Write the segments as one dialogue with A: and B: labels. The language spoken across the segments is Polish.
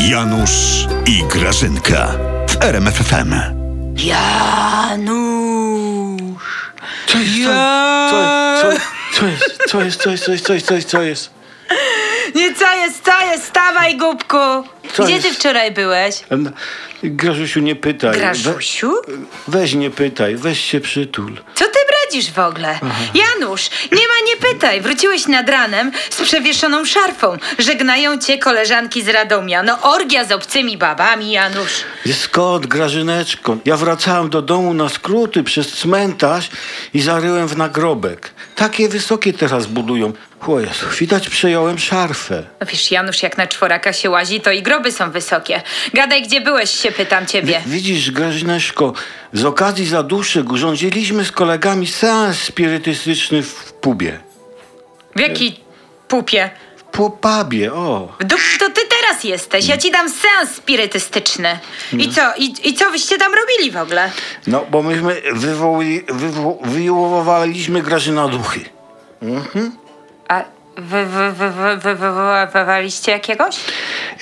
A: Janusz i Grażynka w RMFFM.
B: Janusz!
C: Co jest? Co, co, co jest? Co jest? Co jest? Co jest? Co jest? Co jest? Co jest?
B: Nie, co jest, co jest? Stawaj, głupku!
C: Co
B: Gdzie
C: jest?
B: ty wczoraj byłeś?
C: Em, Grażusiu, nie pytaj. We-
B: Graszusiu?
C: Weź nie pytaj, weź się przytul.
B: Co ty bredzisz w ogóle? Janusz, nie ma, nie pytaj. Wróciłeś nad ranem z przewieszoną szarfą. Żegnają cię koleżanki z Radomia. No orgia z obcymi babami, Janusz.
C: Jest kot, Grażyneczko. Ja wracałem do domu na skróty przez cmentarz i zaryłem w nagrobek. Takie wysokie teraz budują. O Jezu, widać przejąłem szarfę.
B: No wiesz, Janusz, jak na czworaka się łazi, to i groby są wysokie. Gadaj, gdzie byłeś, się pytam ciebie.
C: Widzisz, Grażyneczko, z okazji zaduszek urządziliśmy z kolegami seans spirytystyczny w pubie.
B: W jakiej pupie?
C: W pubie, o.
B: W dup, to ty teraz jesteś. Ja ci dam seans spirytystyczny. I co? I, I co wyście tam robili w ogóle?
C: No, bo myśmy wywoły, wywo, wywoływaliśmy Grażyna duchy.
B: A wy, wy, wy, wy, wy, wywoływaliście jakiegoś?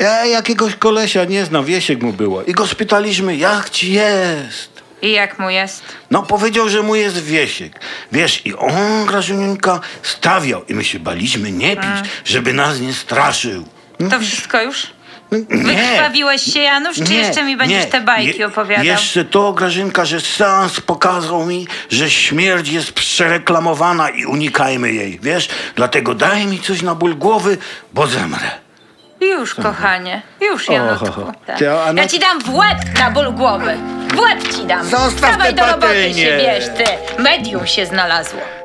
C: Ja jakiegoś kolesia nie znam, Wiesiek mu była. I go spytaliśmy, jak ci jest?
B: I jak mu jest?
C: No, powiedział, że mu jest Wiesiek. Wiesz, i on, Grażyninka, stawiał. I my się baliśmy nie pić, żeby nas nie straszył.
B: To wszystko już?
C: Mhm. Nie.
B: Wykrwawiłeś się, Janusz? Czy
C: Nie,
B: jeszcze mi będziesz
C: nie.
B: te bajki
C: Je-
B: opowiadał?
C: Jeszcze to, Grażynka, że seans pokazał mi, że śmierć jest przereklamowana i unikajmy jej, wiesz? Dlatego daj mi coś na ból głowy, bo zemrę.
B: Już, kochanie. Już, Janutku.
C: ho, ho.
B: Tak.
C: Ty, a no-
B: Ja ci dam w łeb na ból głowy. W łeb ci dam.
C: Zostaw
B: Dawaj
C: te
B: do roboty
C: patelnie.
B: się, wiesz, ty. Medium się znalazło.